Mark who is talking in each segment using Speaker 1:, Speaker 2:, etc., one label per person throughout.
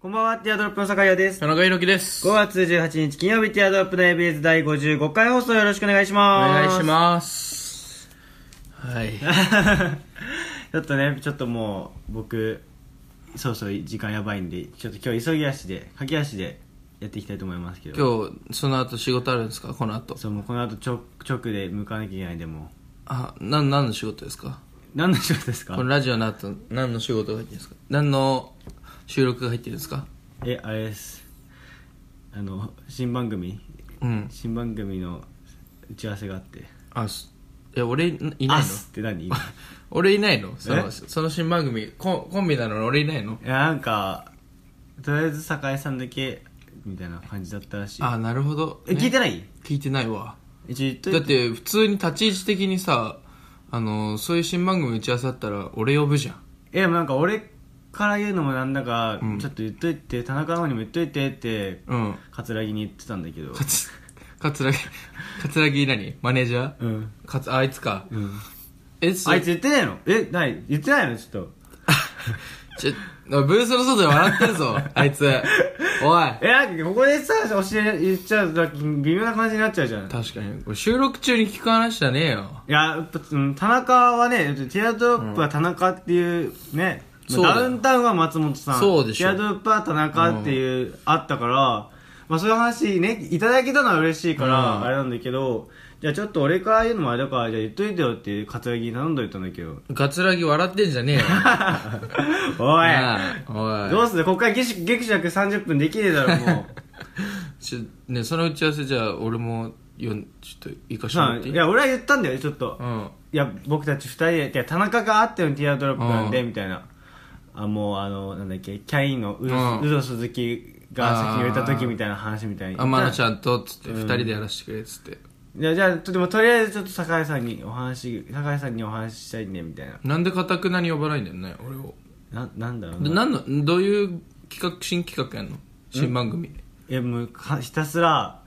Speaker 1: こんばんは、ティアドロップの酒屋です。
Speaker 2: 田中裕樹です。
Speaker 1: 5月18日金曜日、ティアドロップの ABS 第55回放送よろしくお願いし
Speaker 2: お
Speaker 1: ます。
Speaker 2: 願いします。は
Speaker 1: す。
Speaker 2: い。
Speaker 1: ちょっとね、ちょっともう、僕、そうそう、時間やばいんで、ちょっと今日急ぎ足で、駆け足でやっていきたいと思いますけど。
Speaker 2: 今日、その後仕事あるんですかこの後。
Speaker 1: そう、もうこの後直、直で向かわなきゃいけないんで、も
Speaker 2: あ、なん、何の仕事ですか
Speaker 1: う。何の仕事です
Speaker 2: こ
Speaker 1: か
Speaker 2: のラジオの後、何の仕事が入ってるんですか何の収録が入ってるんですか
Speaker 1: え、あれです。あの、新番組、
Speaker 2: うん。
Speaker 1: 新番組の打ち合わせがあって。
Speaker 2: あ、すえ、俺いいな
Speaker 1: あ
Speaker 2: いの
Speaker 1: すって何い
Speaker 2: 俺いないのそ
Speaker 1: え
Speaker 2: の、その新番組、コンコンビなのに俺いないの
Speaker 1: や、なんか、とりあえず酒井さんだけ、みたいな感じだったらしい。
Speaker 2: あ、なるほど。
Speaker 1: え、聞いて
Speaker 2: ない
Speaker 1: ない
Speaker 2: 聞いてないわ。
Speaker 1: 一応言っとい
Speaker 2: だって、普通に立ち位置的にさ、あの、そういう新番組打ち合わせだったら、俺呼ぶじゃん。
Speaker 1: え、でもなんか俺から言うのもなんだか、
Speaker 2: うん
Speaker 1: ちょっと言っといて、田中の方にも言っといてって、
Speaker 2: うん。
Speaker 1: 桂木に言ってたんだけど。
Speaker 2: かつ、かつらぎ、かつらぎ何マネージャー
Speaker 1: うん。
Speaker 2: かつ、あいつか。
Speaker 1: うん。
Speaker 2: え、そ
Speaker 1: あいつ言ってないのえ、ない言ってないのちょっと。
Speaker 2: ちょ、ブースの外で笑ってる ぞ、あいつ。おい。
Speaker 1: え、なんかここでさ、教え、言っちゃうと、なんか微妙な感じになっちゃうじゃん。い
Speaker 2: 確かに、これ収録中に聞く話じゃねえよ。
Speaker 1: や、やっぱうん田中はね、ティアドロップは田中っていうね、まあ
Speaker 2: そうだよ
Speaker 1: ダウンタウンは松本さん、
Speaker 2: そうでしょ
Speaker 1: ティアドロップは田中っていう、あったから、まあそういう話ね、いただけたのは嬉しいから、
Speaker 2: うん
Speaker 1: あれなんだけど、じゃあちょっと俺から言うのもあれだから、じゃあ言っといてよって、葛城に頼んどいたんだけ ど。
Speaker 2: かつらぎ笑ってんじゃねえよ。
Speaker 1: おい、
Speaker 2: なあおい。
Speaker 1: どうするこっからぎしぎくしゃく30分できねえだ ろ、もう。
Speaker 2: ちょね、その打ち合わせじゃあ、俺も、よん、ちょっと、行かしても
Speaker 1: さ
Speaker 2: ら
Speaker 1: あ
Speaker 2: ってい
Speaker 1: い
Speaker 2: い
Speaker 1: や、俺は言ったんだよ、ちょっと。
Speaker 2: うん。
Speaker 1: いや僕たち二人でいや田中があってのティアドロップなんで、
Speaker 2: うん
Speaker 1: みたいなあもうあのなんだっけキャインのウド,、
Speaker 2: うん
Speaker 1: ウド鈴木が先に売れた時
Speaker 2: あー
Speaker 1: みたいな話みたいに
Speaker 2: 天野ち
Speaker 1: ゃ
Speaker 2: ゃんと、つって、
Speaker 1: うん
Speaker 2: 二人でやらせてくれ、つって。
Speaker 1: んいやじゃあとでもとりあえずちょっと酒井さんにお話酒井さんにお話ししたいねみたいな
Speaker 2: なんでかたくなに呼ばないんだよね、俺を。
Speaker 1: ななんだろう
Speaker 2: で
Speaker 1: な
Speaker 2: なんの、どういう企画、新企画やんの新番組。
Speaker 1: えもうかひたすら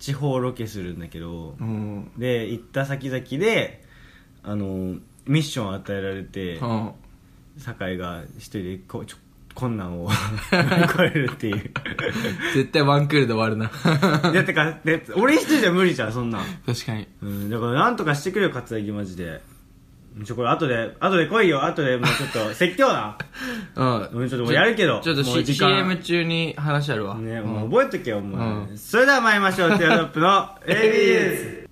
Speaker 1: 地方ロケするんだけど、
Speaker 2: うん。
Speaker 1: で行った先々であのミッションを与えられて、
Speaker 2: うん。
Speaker 1: 酒井が一人でこちょ困難を 乗り越えるっていう
Speaker 2: 絶対ワンクールで終わるな。
Speaker 1: いやてか、ね、俺一人じゃ無理じゃんそんなん、
Speaker 2: 確かに。
Speaker 1: うん、だからなんとかしてくれよ葛城マジでちょこれ後で後で来いよ後でもうちょっと説教な
Speaker 2: う
Speaker 1: うんちょっともうやるけど
Speaker 2: ちょっと
Speaker 1: もう
Speaker 2: C-
Speaker 1: 時間
Speaker 2: CM 中に話あるわ。
Speaker 1: ね
Speaker 2: うん
Speaker 1: もう覚えとけよお前、
Speaker 2: う
Speaker 1: それでは参りましょうティアドロップの ABS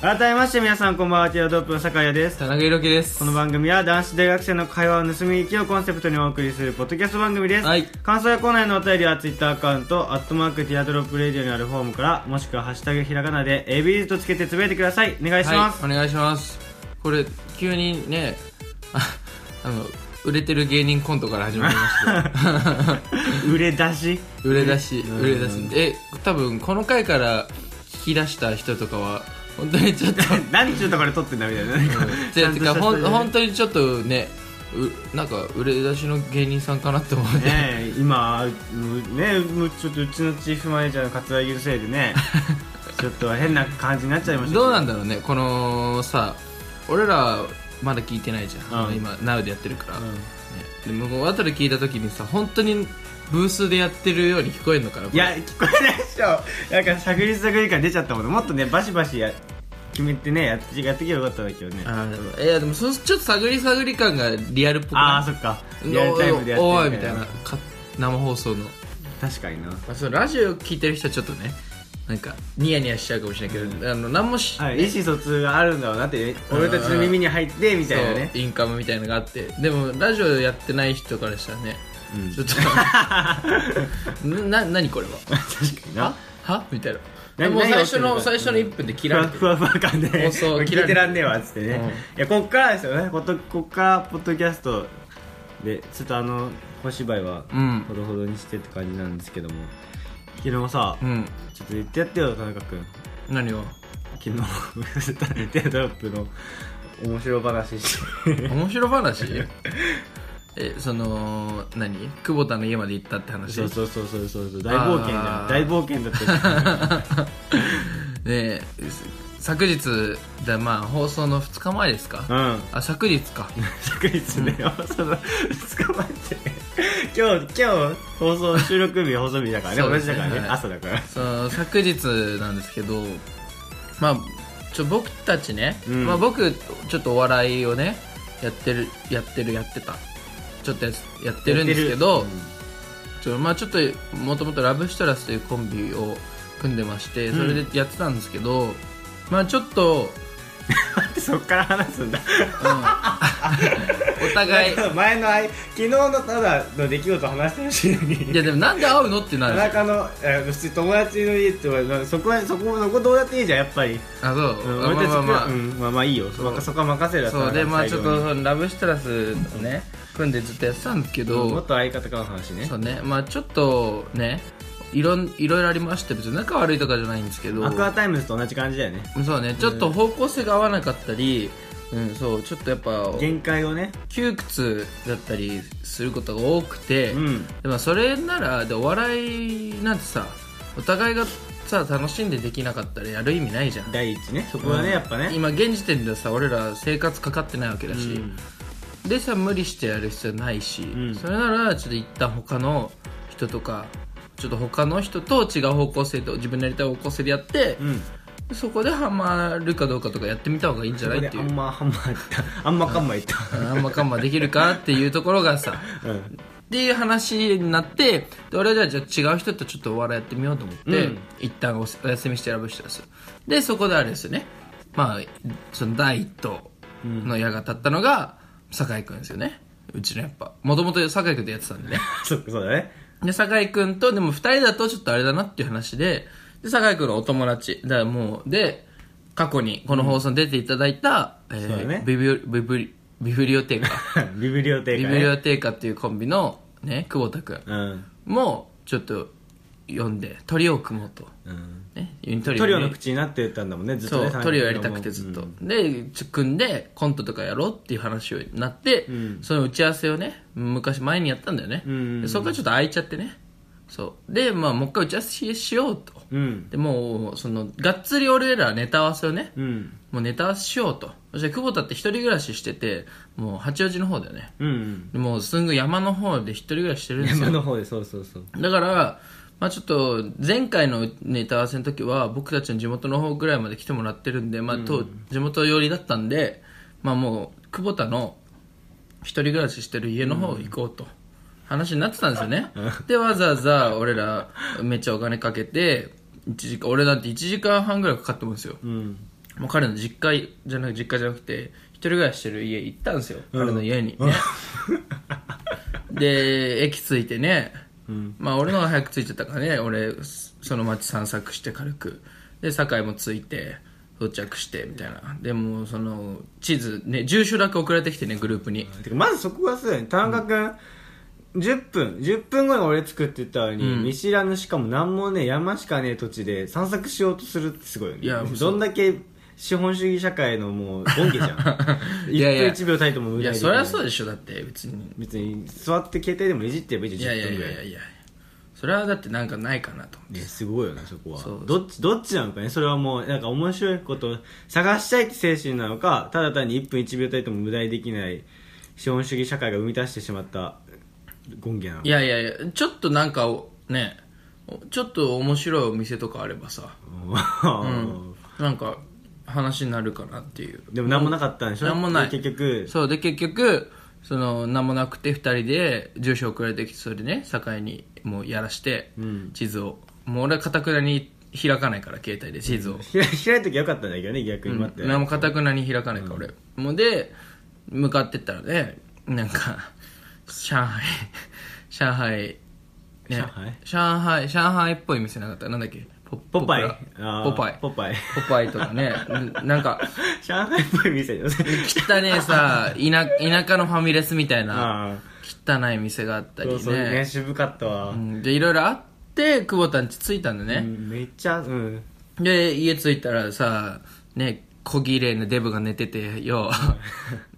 Speaker 1: 改めまして皆さんこんばんはティアドロップの酒谷です
Speaker 2: 田中裕樹です。
Speaker 1: この番組は男子大学生の会話を盗み聞きをコンセプトにお送りするポッドキャスト番組です、
Speaker 2: はい
Speaker 1: 感想やコーナーへのお便りはツイッターアカウント「アットマークティアドロップレディオ」にあるフォームからもしくは「ハッシュタグひらがな」で ABZ とつけてつぶやいてくださいお願いします、
Speaker 2: はい、お願いします。これ、急にね、ああの、売れてる芸人コントから始まりました。
Speaker 1: 売れ出し
Speaker 2: 売れ出し、
Speaker 1: うん
Speaker 2: 売れ出し。え、多分この回から聞き出した人とかは、本当 にちょっと、
Speaker 1: 何ちゅうとこで撮ってんだみ たいな、
Speaker 2: て
Speaker 1: ちゃんと
Speaker 2: て
Speaker 1: した
Speaker 2: か、ほん
Speaker 1: 人で
Speaker 2: 本当にちょっとね、うなんか売れ出しの芸人さんかなって思って、
Speaker 1: ねえ今うねもうちょっとうちのチーフマネージャーの活躍のせいで ねちょっと変な感じになっちゃいましたけ
Speaker 2: どうなんだろうねこのさ俺らまだ聞いてないじゃん、
Speaker 1: うん
Speaker 2: 今 NOW でやってるから、
Speaker 1: う
Speaker 2: ね
Speaker 1: ん
Speaker 2: でもこう後で聞いた時にさ本当にブースでやってるように聞こえるのかない
Speaker 1: や聞こえないでしょなんか探り探り感出ちゃったもんもっとねバシバシや決めてねやってやってけばよかったんだけどね
Speaker 2: あーでもいやでもそちょっと探り探り感がリアルっぽく
Speaker 1: ああー
Speaker 2: な
Speaker 1: そっか
Speaker 2: い
Speaker 1: リアルタイムでやって
Speaker 2: お
Speaker 1: る
Speaker 2: いみたいなか生放送の,、ま
Speaker 1: 確かにな
Speaker 2: あ、そのラジオ聞いてる人はちょっとねなんかニヤニヤしちゃうかもしれないけど、
Speaker 1: うん
Speaker 2: あの何もし、
Speaker 1: はい、
Speaker 2: ね
Speaker 1: 意思疎通があるんだろうなってね俺たちの耳に入ってみたいなね
Speaker 2: そうインカムみたいなのがあってでもラジオやってない人からしたらね
Speaker 1: うん
Speaker 2: ちょっと なな何これは
Speaker 1: 確かにな
Speaker 2: はみたいな
Speaker 1: 何
Speaker 2: もう最初
Speaker 1: 何
Speaker 2: の
Speaker 1: が起きてるの
Speaker 2: 最
Speaker 1: か
Speaker 2: 初の1分で切
Speaker 1: ふわ
Speaker 2: られて
Speaker 1: ふ
Speaker 2: る
Speaker 1: わふわ感で
Speaker 2: 放送
Speaker 1: 聞い
Speaker 2: 切られてる
Speaker 1: てらんねえわっつってね、
Speaker 2: うん
Speaker 1: いやこっからですよねことこっからポッドキャストでちょっとあの小芝居は
Speaker 2: うん
Speaker 1: ほどほどにしてって感じなんですけども昨日さ、
Speaker 2: うん
Speaker 1: ちょっと言ってやってよ田中君
Speaker 2: 何を
Speaker 1: 昨日テドロップの面白話し
Speaker 2: 面白話えその何久保田の家まで行ったって話
Speaker 1: そうそうそうそうそうそう大冒険だよ
Speaker 2: あー
Speaker 1: 大冒険だったよ
Speaker 2: ねえす昨日だまあ放送の2日前ですか
Speaker 1: うん
Speaker 2: あ昨日か
Speaker 1: 昨日ね、その2日前って今日今日放送収録日放送日だからね
Speaker 2: そう
Speaker 1: 同
Speaker 2: で
Speaker 1: じ
Speaker 2: す
Speaker 1: だ
Speaker 2: ね
Speaker 1: からね、
Speaker 2: はい
Speaker 1: 朝だから
Speaker 2: その昨日なんですけどまあちょ僕たちね、
Speaker 1: うん
Speaker 2: まあ、僕ちょっとお笑いをねやってるやってるやってたちょっとややってるんですけどちょまあちょっともともとラブシトラスというコンビを組んでましてそれでやってたんですけど、まあちょっ と、
Speaker 1: やってるそっから話すんだ
Speaker 2: うん お互い
Speaker 1: 前のあい昨日のただの出来事を話してほしいの
Speaker 2: い
Speaker 1: に
Speaker 2: やでもなんで会うのってな
Speaker 1: 田
Speaker 2: るじゃん
Speaker 1: 中のえ普通友達の家って言われたらそこはそこそこどうだっていいじゃんやっぱり、
Speaker 2: あそう、
Speaker 1: うん、
Speaker 2: あ
Speaker 1: 俺たち
Speaker 2: まあまあまあ、
Speaker 1: うんまあまあいいよそ
Speaker 2: そう
Speaker 1: そこは任せる
Speaker 2: そうでまあちょっとそのラブシトラスとね組んでずっとやってたんですけど、
Speaker 1: もっと相方からの話ね
Speaker 2: そうねまあちょっとねいろんいろいろありまして別に仲悪いとかじゃないんですけど
Speaker 1: アクアタイムズと同じ感じだよね
Speaker 2: そうねちょっと方向性が合わなかったり、うん、そうちょっとやっぱ
Speaker 1: 限界をね
Speaker 2: 窮屈だったりすることが多くて、
Speaker 1: うん
Speaker 2: でもそれならでお笑いなんてさお互いがさ楽しんでできなかったらやる意味ないじゃん
Speaker 1: 第一ねそこはね、
Speaker 2: うん
Speaker 1: やっぱね
Speaker 2: 今現時点ではさ俺ら生活かかってないわけだし、でさ無理してやる必要ないし、
Speaker 1: ん
Speaker 2: それならちょっと一旦他の人とかちょっと他の人と違う方向性と自分のやりたい方向性でやって
Speaker 1: う、ん、
Speaker 2: そこでハマるかどうかとかやってみた方がいいんじゃないってい
Speaker 1: あん
Speaker 2: う
Speaker 1: まハンマーったあんまカンマいった
Speaker 2: うんあんまかんまできるかっていうところがさ
Speaker 1: うん
Speaker 2: っていう話になってで俺はじゃあ違う人とちょっとお笑いやってみようと思って、
Speaker 1: うん
Speaker 2: 一旦おお休みして選ぶ人ですよでそこであれですよねまあその第一党の矢が立ったのが酒井君ですよねうちのやっぱもともと酒井君とやってた んでね
Speaker 1: そっかそうだね
Speaker 2: で酒井君とでも2人だとちょっとあれだなっていう話でで酒井君のお友達だからもうで過去にこの放送に出ていただいた、え
Speaker 1: そうだね
Speaker 2: ビビオビブリビフリオテー カ
Speaker 1: ビブリオテー
Speaker 2: ビ
Speaker 1: カ
Speaker 2: ブリ
Speaker 1: ね
Speaker 2: オテーカっていうコンビの、ね、久保田君
Speaker 1: うん、
Speaker 2: もちょっと読んでトリオを組もうと、
Speaker 1: うん、
Speaker 2: ね、ユニトリ
Speaker 1: トリオの
Speaker 2: ね
Speaker 1: 口になってたんだもんねずっと
Speaker 2: そ
Speaker 1: ね
Speaker 2: う
Speaker 1: 三人
Speaker 2: トリオやりたくてずっと、
Speaker 1: うん
Speaker 2: でちょ組んでコントとかやろうっていう話になって、その打ち合わせをね昔前にやったんだよね、
Speaker 1: うん
Speaker 2: でそこからちょっと空いちゃってねそうでまあもう一回打ち合わせししようと
Speaker 1: うん
Speaker 2: でもうそのがっつり俺らはネタ合わせをね、
Speaker 1: うん
Speaker 2: もうネタ合わせしようとそして久保田って一人暮らししててもう八王子の方だよね
Speaker 1: うんうん
Speaker 2: でもうすんごい山の方で一人暮らししてるんですよ
Speaker 1: 山の方でそうそうそう
Speaker 2: だから、まあ、ちょっと前回のネタ合わせの時は僕たちの地元の方ぐらいまで来てもらってるんで、まあと地元寄りだったんで、まあ、もう久保田の一人暮らししてる家の方行こうと話になってたんですよね、でわざわざ俺らめっちゃお金かけて一時間俺なんて1時間半ぐらいかかってもんですよ
Speaker 1: うん
Speaker 2: もう彼の実家じゃなく実家じゃなくて一人暮らししてる家行ったんですよ、彼の家に、ね で駅着いてね、まあ俺の方が早く着いちゃったからね俺その街散策して軽くで酒井も着いて到着してみたいなでもうその地図ね住所だけ送られてきてねグループに
Speaker 1: てかまずそこがすごいね田中君、10分10分後に俺着くって言ったのに、見知らぬしかも何もね山しかねえ土地で散策しようとするってすごいよね
Speaker 2: いや
Speaker 1: どんだけ資本主義社会のもう権下じゃん
Speaker 2: いやいや
Speaker 1: 1分1秒たりとも無
Speaker 2: い
Speaker 1: 駄
Speaker 2: や
Speaker 1: に
Speaker 2: そりゃそうでしょだって別に
Speaker 1: 別に座って携帯でもいじってればいい
Speaker 2: い
Speaker 1: じゃ
Speaker 2: や
Speaker 1: ん
Speaker 2: いや
Speaker 1: 10分
Speaker 2: い
Speaker 1: ぐら
Speaker 2: や
Speaker 1: い
Speaker 2: いやいやそれはだってなんかないかなと思って
Speaker 1: ね、すごいよねそこは
Speaker 2: そう
Speaker 1: どっちどっちなのかねそれはもうなんか面白いことを探したいって精神なのかただ単に1分1秒たりとも無駄にできない資本主義社会が生み出してしまった権下なのか
Speaker 2: いやいやいやちょっとなんかねちょっと面白いお店とかあればさ、うん、なんか話になるかなっていう
Speaker 1: でも何もなかったんでしょ
Speaker 2: 何もない
Speaker 1: で結局
Speaker 2: そうで結局その何もなくて2人で住所送られてきてそれでね境にもうやらして、地図をもう俺はかたくなに開かないから携帯で地図を、
Speaker 1: 開開いときゃよかったんだけどね逆に待って、
Speaker 2: 何もかたくなに開かないから俺、もうで向かってったらねなんか上海 上海、ね、
Speaker 1: 上海
Speaker 2: 上海上海っぽい店なかったなんだっけポ
Speaker 1: ポパイ
Speaker 2: ポプラ
Speaker 1: あー
Speaker 2: ポパイ
Speaker 1: ポパイ
Speaker 2: ポパイとかね んなんか
Speaker 1: 上海っぽい店 よ
Speaker 2: 汚ねえさ田田舎のファミレスみたいな
Speaker 1: ああ
Speaker 2: 汚い店があったり
Speaker 1: そうそうね
Speaker 2: ね
Speaker 1: 渋かったわ、
Speaker 2: うんでいろいろあっって久保田ん家着いたんだ
Speaker 1: う
Speaker 2: ね、
Speaker 1: んめっちゃうん
Speaker 2: で家着いたらさね小綺麗なデブが寝ててよ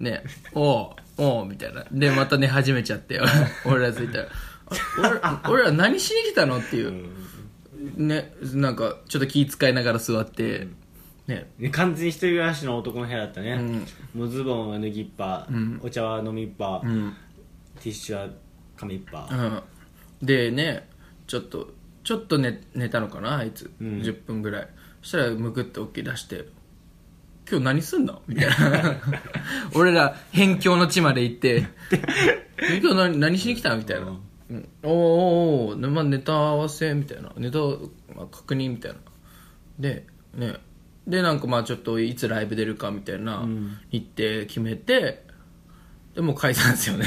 Speaker 2: ねおうおうみたいなでまた寝始めちゃって よ俺ら着いたらあ俺俺ら何しに来たのっていう、ねなんかちょっと気遣いながら座って、ね
Speaker 1: 完全に一人暮らしの男の部屋だったね、
Speaker 2: ん
Speaker 1: もうズボンは脱ぎっぱ、
Speaker 2: ん
Speaker 1: お茶は飲みっぱ、
Speaker 2: うん
Speaker 1: ティッシュは紙っぱ、
Speaker 2: うん、でねちょっとちょっと寝寝たのかなあいつ、
Speaker 1: うん
Speaker 2: 10分ぐらいそしたらむくって起き出して「今日何すんの?」みたいな 俺ら辺境の地まで行って「今日何何しに来た?」みたいな「うん、おーおーおー、ねまあ、ネタ合わせ」みたいなネタ、まあ、確認みたいなでねでなんかまあちょっといつライブ出るかみたいな日程決めて、でもう解散ですよね、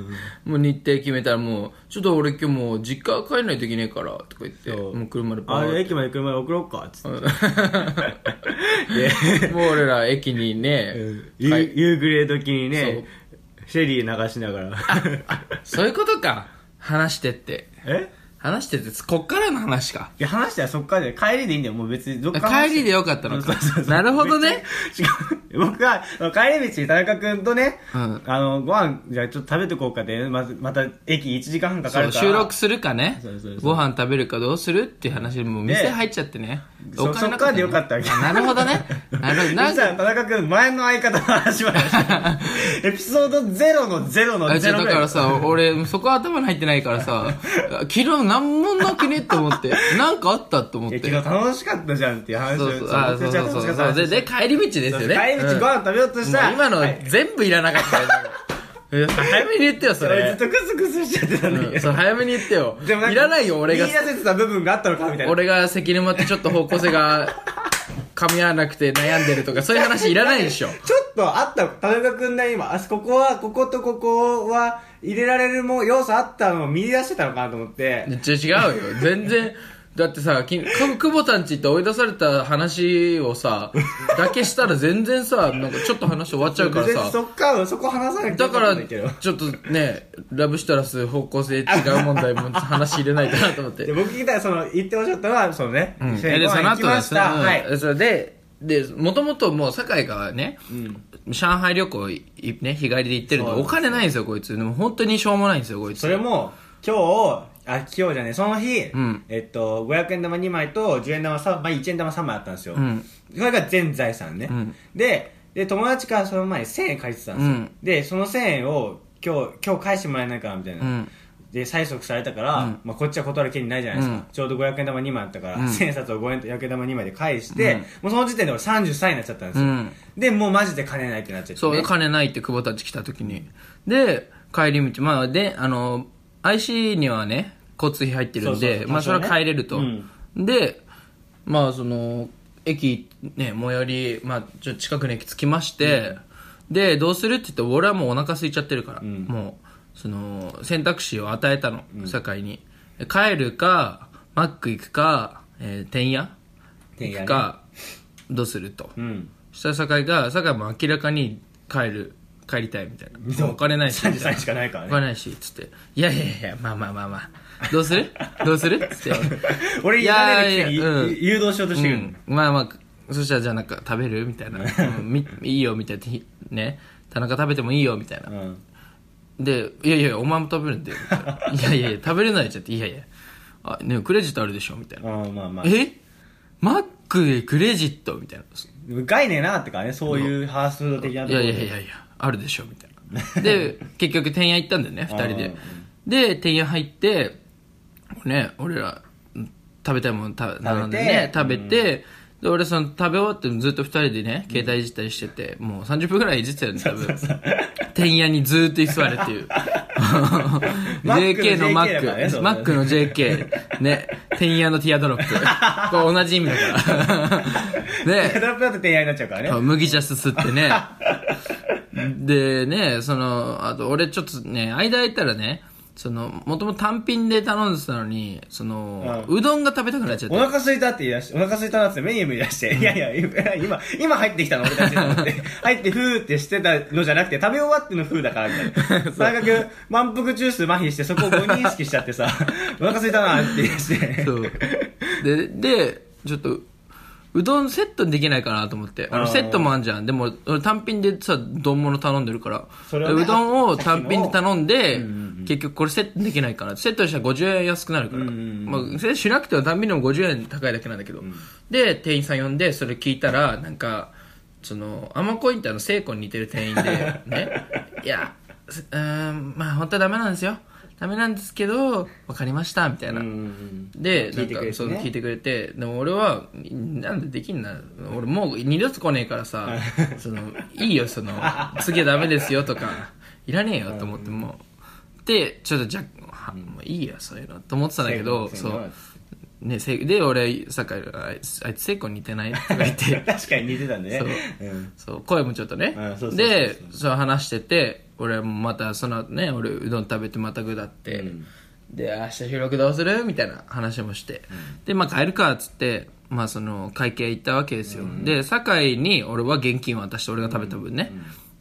Speaker 2: もう日程決めたらもうちょっと俺今日もう実家帰んないといけねえからとか言って
Speaker 1: そう
Speaker 2: もう車でパ
Speaker 1: あ
Speaker 2: ー
Speaker 1: れ
Speaker 2: ッ
Speaker 1: 駅まで車で送ろうかっつって、
Speaker 2: てもう俺ら駅にね、
Speaker 1: ゆ
Speaker 2: 帰
Speaker 1: 夕暮れ時にねシェリー流しながら
Speaker 2: そういうことか話してって
Speaker 1: え
Speaker 2: 話してってこっからの話か
Speaker 1: いや話したらそっからで帰りでいいんだよもう別にどっか
Speaker 2: 帰りでよかったのか
Speaker 1: そうそうそう
Speaker 2: なるほどね
Speaker 1: 別に違う僕は帰り道に田中君とね、
Speaker 2: うん
Speaker 1: あのご飯じゃあちょっと食べてこうかでまずまた駅1時間半かか
Speaker 2: そ
Speaker 1: る
Speaker 2: う
Speaker 1: から
Speaker 2: 収録するかね
Speaker 1: そうそうそう
Speaker 2: ご飯食べるかどうするっていう話でもう店入っちゃってね
Speaker 1: そそっからでよかったわけ
Speaker 2: あなるほど ねなるほど
Speaker 1: な
Speaker 2: なんんか
Speaker 1: 田中君前の相方の話までしてエピソード0の0の
Speaker 2: あじゃ
Speaker 1: 0
Speaker 2: あ
Speaker 1: ぐら
Speaker 2: だ
Speaker 1: い
Speaker 2: からさ、俺、そこ頭に入ってないからさ、 昨日なんもなくねって思って、なんかあったと思っ
Speaker 1: い
Speaker 2: て
Speaker 1: や。昨日楽しかったじゃんっていう話を
Speaker 2: そうそう、あそうそうそうそう。で、で、帰り道ですよね。
Speaker 1: 帰り道ご飯食べようと
Speaker 2: うん
Speaker 1: したら、
Speaker 2: もう今の
Speaker 1: はい
Speaker 2: 全部いらなかっ たよ。え早めに言ってよ、そ
Speaker 1: 俺ず
Speaker 2: れ
Speaker 1: っ。とクスクスしちゃってたんだ
Speaker 2: う
Speaker 1: け
Speaker 2: ん、そ
Speaker 1: ど、
Speaker 2: う早めに言ってよ。
Speaker 1: でもんか
Speaker 2: いらないよ、俺が
Speaker 1: 言い。出せてた部分があったのかみたいな
Speaker 2: 俺が関沼ってちょっと方向性が噛み合わなくて悩んでるとか、そういう話いらないでしょ。
Speaker 1: ちょっとあった田中君ね今あここはこことここは入れられるもん要素あったのを見出してたのかなと思って
Speaker 2: 違うよ全然だってさき久久保田んち行って追い出された話をさだけしたら全然さなんかちょっと話終わっちゃうから
Speaker 1: 別に
Speaker 2: さ
Speaker 1: そっからそこ話さなきゃい
Speaker 2: だ
Speaker 1: け
Speaker 2: か
Speaker 1: ない
Speaker 2: ら
Speaker 1: んだけど
Speaker 2: ちょっとねラブシトラス方向性違う問題も話入れないとなと思って
Speaker 1: で僕聞いたらその言っておっしゃったのはそのね、
Speaker 2: うん、
Speaker 1: シェイ
Speaker 2: で
Speaker 1: ご飯
Speaker 2: その
Speaker 1: 行き
Speaker 2: 後は
Speaker 1: ました
Speaker 2: その
Speaker 1: はい、
Speaker 2: それででもともともう酒井がね、上海旅行いいね日帰りで行ってるんで
Speaker 1: そう
Speaker 2: お金ないんですよこいつでも本当にしょうもないんですよこいつ
Speaker 1: それも今日あ今日じゃねえその日、
Speaker 2: ん
Speaker 1: えっと500円玉2枚と10円玉3枚1円玉3枚あったんですよ、
Speaker 2: ん
Speaker 1: それが全財産ね、
Speaker 2: ん
Speaker 1: でで友達からその前に1000円借りてたんですよ、
Speaker 2: うん
Speaker 1: でその1000円を今日今日返してもらえないかなみたいな、
Speaker 2: うん
Speaker 1: で催促されたから、まあ、こっちは断る権利ないじゃないですか、
Speaker 2: うん
Speaker 1: ちょうど500円玉2枚あったから、
Speaker 2: ん
Speaker 1: 1000円札を500円玉2枚で返して、もうその時点で俺33になっちゃったんです
Speaker 2: う
Speaker 1: よ、
Speaker 2: ん
Speaker 1: でもうマジで金ないってなっちゃって、ね、
Speaker 2: そう、金ないって久保たち来た時に。で、帰り道、まあ、で、あの、IC にはね、交通費入ってるん
Speaker 1: そう
Speaker 2: で、
Speaker 1: そうそう
Speaker 2: まあ、それは
Speaker 1: 多少ね
Speaker 2: 帰れると。
Speaker 1: うん
Speaker 2: で、まあ、その、駅、ね、最寄り、まあ、ちょ近くの駅着きまして、で、どうするって言って、俺はもうお腹空いちゃってるから、
Speaker 1: ん
Speaker 2: もう、その、選択肢を与えたの、堺に。で帰るか、マック行くか、えー、てんや
Speaker 1: てんや
Speaker 2: 行
Speaker 1: ね
Speaker 2: くか、どうすると。
Speaker 1: うん
Speaker 2: そしたら酒井が酒井も明らかに帰る帰りたいみたいな
Speaker 1: そう
Speaker 2: お金ないしみたい
Speaker 1: 33しかないから
Speaker 2: お
Speaker 1: ね
Speaker 2: 金ないしっつって「いやいやいやまあまあまあまあどう するどうする?」っつって
Speaker 1: 俺
Speaker 2: い
Speaker 1: 言わ
Speaker 2: やい
Speaker 1: れ
Speaker 2: や
Speaker 1: るくせ
Speaker 2: うん
Speaker 1: に誘導しようとしてくるの、
Speaker 2: うんまあまあそしたらじゃあなんか食べるみた いな、うんみいいよみたいなね田中食べてもいいよみたいな
Speaker 1: うん
Speaker 2: で「いやいやお前も食べるん だよ」みたいな「いやいやいや食べれないじゃん」って「いやいやあ、ね、クレジットあるでしょ」みたいな
Speaker 1: うんまあま
Speaker 2: 「
Speaker 1: あ
Speaker 2: えマックでクレジット?」みたいな
Speaker 1: 概念なかったからねそういうハースド的なと
Speaker 2: い
Speaker 1: こ
Speaker 2: や
Speaker 1: ろ
Speaker 2: い
Speaker 1: で
Speaker 2: やいやいや、あるでしょ、みたい な。で、結局、店屋行ったんだよね、二人で。で、店屋入って、ね、俺ら、うん食べたいものた並んでね、食
Speaker 1: 食
Speaker 2: べて、で、俺、その、食べ終わってずっと二人でね、携帯いじったりしてて、もう30分ぐらいいじってたよね、多分。店屋にずっと居座るっていう。
Speaker 1: マック
Speaker 2: JK の
Speaker 1: の
Speaker 2: マ
Speaker 1: JK だから
Speaker 2: ッ
Speaker 1: ね
Speaker 2: ク、
Speaker 1: そう
Speaker 2: マックの JK、ね、店屋のティアドロップ。これ同じ意味だ から。ね、
Speaker 1: ペラペラって恋愛になっちゃうからね
Speaker 2: そう麦茶すすって ね。でね、その、あと俺ちょっとね、間空いたらね、そのもともと単品で頼んでたのにその、うどんが食べたくなっちゃっ
Speaker 1: お
Speaker 2: て
Speaker 1: 腹空いたって言い出して、お腹空いたなってメニュー見出して、いやいや、今、今入ってきたの俺たちだ って。入ってふーってしてたのじゃなくて、食べ終わってのふーだからみた いな。最悪、満腹中枢麻痺して、そこを誤認識しちゃって さ、お腹空いたなって言い出して。
Speaker 2: そうででちょっとうどんセットにできないかなと思ってあ
Speaker 1: あ
Speaker 2: の
Speaker 1: ー
Speaker 2: セットもあんじゃんでも俺単品でさ丼物頼んでるから
Speaker 1: それはね
Speaker 2: うどんを
Speaker 1: さっき
Speaker 2: 単
Speaker 1: の
Speaker 2: 品で頼ん で、結局これセットにできないかなセットにしたら50円安くなるから、
Speaker 1: うんうん
Speaker 2: まあ、セットしなくても単品でも50円高いだけなんだけど、で店員さん呼んでそれ聞いたらなんかそのアマコインターの聖子に似てる店員で ねいやすうーんまあ本当はダメなんですよダメなんですけど分かりましたみたいな、で、
Speaker 1: 聞いてくれて
Speaker 2: なん
Speaker 1: ね
Speaker 2: かそう聞いてくれてでも俺はなんでできんな俺もう二度と来ねえか らさそのいいよその次はダメですよとかいらねえよと思ってもうでちょっとじゃはもういいよそういうのと思ってたんだけど
Speaker 1: せい
Speaker 2: そ
Speaker 1: こ
Speaker 2: うねせいで俺さっきからあいつあいつ聖子に似てないとか言って
Speaker 1: 確かに似てたんでね。
Speaker 2: そう
Speaker 1: うん
Speaker 2: そう声もちょっとね
Speaker 1: うんそうそうそうそう
Speaker 2: でそう話してて俺もまたその後ね俺うどん食べてまたぐだって、で明日収録どうするみたいな話もして、でまあ帰るかっつってまあその会計行ったわけですよ、で酒井に俺は現金を渡して俺が食べた分ね、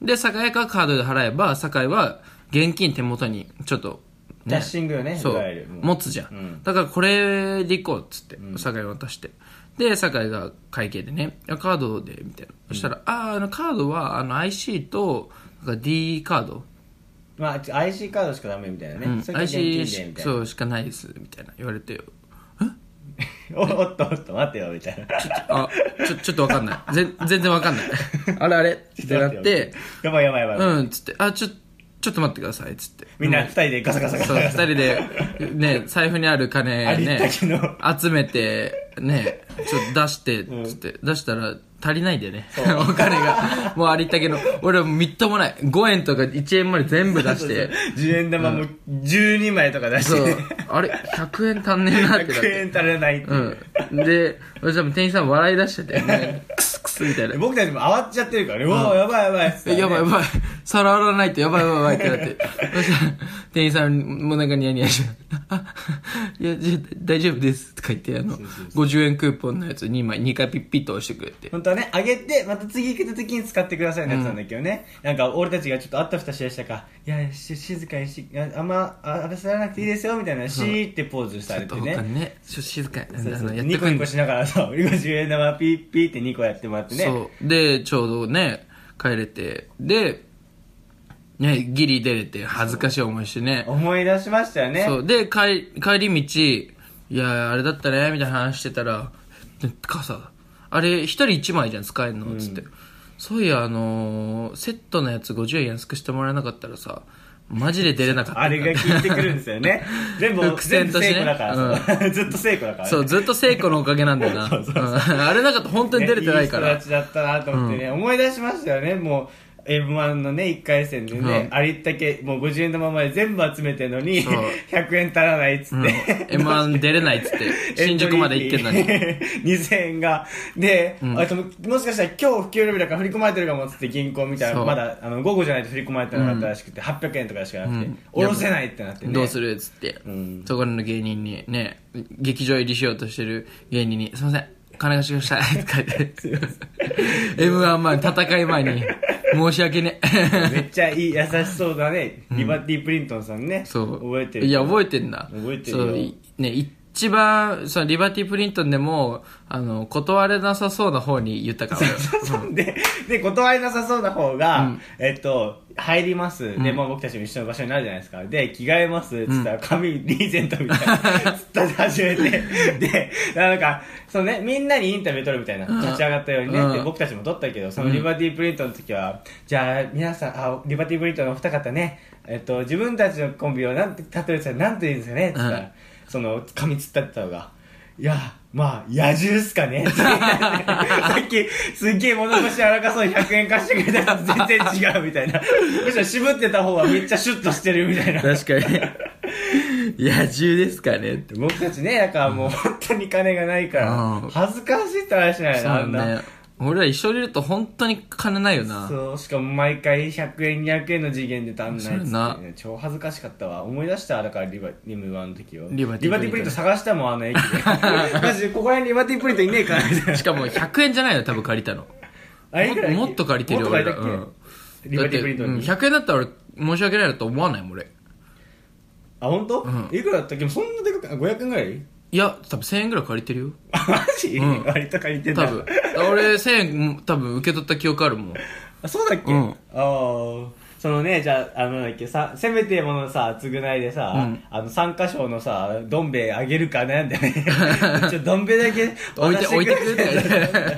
Speaker 2: で酒井がカードで払えば酒井は現金手元にちょっと
Speaker 1: ダッシングよね、い
Speaker 2: そ
Speaker 1: うわゆる。
Speaker 2: 持つじゃん、だからこれでいこうっつって酒井に渡してで酒井が会計でねあカードでみたいなそしたら、あああのカードはあの IC となんか D カード、
Speaker 1: まあ、IC カードしかダメみたいなね。
Speaker 2: うん、
Speaker 1: それと現金
Speaker 2: IC
Speaker 1: でみ
Speaker 2: した
Speaker 1: いな。
Speaker 2: そうしかないですみたいな言われて
Speaker 1: おおっとおっと、待ってよ、みたいな。
Speaker 2: あちょちょっとわかんないぜ全然わかんないあれあれっ てなって、
Speaker 1: やばいやばいやばい。
Speaker 2: うんつってあちょちょっと待ってくださいっつって
Speaker 1: みんな二人でガサガサガサ
Speaker 2: そう、
Speaker 1: ガ
Speaker 2: 二
Speaker 1: サ。
Speaker 2: 人で、ね、財布にある金
Speaker 1: あり
Speaker 2: ね
Speaker 1: ったけの、
Speaker 2: 集めて、ね、ちょっと出して、つって、出したら、足りないんだよね。 お金が。もうありったけの、俺はみっともない。5円とか1円まで全部出して、
Speaker 1: 10円玉も12枚とか出して
Speaker 2: そう
Speaker 1: ね、、
Speaker 2: あれ ?100 円足んねえな ってなっ
Speaker 1: 100
Speaker 2: て。
Speaker 1: 円足らないっていうう、
Speaker 2: ん。で、私多分店員さん笑い 出してて、ね、クスクスみたいな。
Speaker 1: 僕たちも慌てちゃってるからね、うわやばいやばいっつって
Speaker 2: え
Speaker 1: ね
Speaker 2: やばいやばい。皿洗わないとやばいやばいやばいって なって。そしたら店員さんもなんかニヤニヤして、あいや、じゃあ大丈夫ですとか言って、あの、50円クーポンのやつ2枚、2回ピッピッと押してくれて。
Speaker 1: 本当はね、あげて、また次行く時に使ってくださいのやつなんだけどね。なんか、俺たちがちょっとあったふたしだしたか、いや、し静かにし、ああんま、ああれさらなくていいですよ、みたいな、シーってポーズさ
Speaker 2: ちょ
Speaker 1: れ
Speaker 2: ってと他
Speaker 1: ね。
Speaker 2: にね、ちょっと静かに、あ
Speaker 1: そうそう
Speaker 2: の、やって
Speaker 1: ニ
Speaker 2: く
Speaker 1: コ
Speaker 2: ん
Speaker 1: ニコしながらさ、 そう、50円玉ピッピーって2個やってもらってね。
Speaker 2: そう。で、ちょうどね、帰れて、で、ね、ギリ出れて、恥ずかしい思いしてね。
Speaker 1: 思い出しましたよね。
Speaker 2: そう。で、帰帰り道、いや、あれだったね、みたいな話してたら、で傘、あれ、一人一枚じゃん、使えるの、つって。そういや、あのーセットのやつ50円安くしてもらえなかったらさ、マジで出れなかった。
Speaker 1: あれが効いてくるんですよね。全部、
Speaker 2: 伏
Speaker 1: 全部
Speaker 2: 線として
Speaker 1: 聖
Speaker 2: ね
Speaker 1: 子だからさ、 ずっと聖子だからね。
Speaker 2: そう、ずっと聖子のおかげなんだよ な。
Speaker 1: そうそうそう
Speaker 2: うんあれなかった、本当に出れてないから。
Speaker 1: いい人たちだったなと思ってね、思い出しましたよね、もう。M1 のね、1回戦でね、
Speaker 2: うん
Speaker 1: ありったけ、もう50円玉まで全部集めてんのに、
Speaker 2: そう
Speaker 1: 100円足らないっつって。
Speaker 2: M1 出れないっつって、新宿まで行ってんのに。
Speaker 1: 2000円が。で、あとももしかしたら今日普及レベルだから振り込まれてるかもっつって銀行見た
Speaker 2: そ
Speaker 1: ら、
Speaker 2: う
Speaker 1: まだあの午後じゃないと振り込まれてなかったらしくて、800円とかしかなくて、下ろせないってなってね。
Speaker 2: どうするっつって、そこの芸人にね劇場入りしようとしてる芸人に「すいません金貸してください」って書いて m 1前戦い前に申し訳ね
Speaker 1: めっちゃいい、優しそうだね。リバティ・プリントンさんね。
Speaker 2: そう
Speaker 1: 覚えてる。
Speaker 2: いや覚えてんだ
Speaker 1: 覚えてるよ
Speaker 2: そういね一番そのリバティプリントンでもあの断れなさそうな方に言ったから
Speaker 1: で、で、断りなさそうな方が、えっと、入ります。で、まあ僕たちも一緒の場所になるじゃないですか。で、着替えます。つったら、髪、リーゼントみたいな。つったって始め て。で、なんか、そのね、みんなにインタビュー撮るみたいな。立ち上がったように
Speaker 2: うん
Speaker 1: ね。で、僕たちも撮ったけど、そのリバティプリントの時は、じゃあ、皆さん、あ、リバティプリントのお二方ね、えっと、自分たちのコンビをなんて、例えてたらなんて言うんですかねつったら、
Speaker 2: うん
Speaker 1: その、髪つったってたのが、いや、まあ、野獣っすかねって さっき、すっげえ物腰柔らかそうに100円貸してくれたら全然違うみたいな。むしろ渋ってた方はめっちゃシュッとしてるみた いな。
Speaker 2: 確かに「野獣ですかね」って
Speaker 1: 僕たちね、だからもう本当に金がないから
Speaker 2: うん、
Speaker 1: 恥ずかしいって話しない
Speaker 2: そ
Speaker 1: な、あ
Speaker 2: うんね
Speaker 1: な。
Speaker 2: 俺ら一緒にいると本当に金ないよな。
Speaker 1: そうしかも毎回100円200円の次元で足んないっつ
Speaker 2: そうや
Speaker 1: って、ね、超恥ずかしかったわ思い出したわだからリバリムワンの時を
Speaker 2: リバティプリント
Speaker 1: プリント探したもんあの駅で マジでここら辺リバティプリントいねえからみたいな
Speaker 2: しかも100円じゃないよ、多分借りたの。
Speaker 1: あれいくらだっけ
Speaker 2: もっと借りてるよ
Speaker 1: もっと借りたっけ
Speaker 2: 俺らうん
Speaker 1: リ
Speaker 2: だ
Speaker 1: バ
Speaker 2: っ
Speaker 1: テ
Speaker 2: て、
Speaker 1: ィプリント
Speaker 2: うん
Speaker 1: に、
Speaker 2: 100円だったら俺、申し訳ないなと思わないもん、俺。
Speaker 1: あ本当、
Speaker 2: ん
Speaker 1: いくらだったっけそんなでかくない500円ぐらい
Speaker 2: いや、多分1000円ぐらい借りてるよ。
Speaker 1: マジ、
Speaker 2: ん
Speaker 1: 割と借りてん
Speaker 2: 多
Speaker 1: だ
Speaker 2: 分。俺、1000円、多分受け取った記憶あ るもん。
Speaker 1: あそうだっけ、
Speaker 2: うん
Speaker 1: ああそのねじゃああのなんだっけさせめてものさ償いでさ、
Speaker 2: うん
Speaker 1: あの参加賞のさどん兵衛あげるか悩んで ねちょどん兵衛だけ
Speaker 2: 置いて、
Speaker 1: 渡
Speaker 2: 置いて
Speaker 1: し
Speaker 2: くれって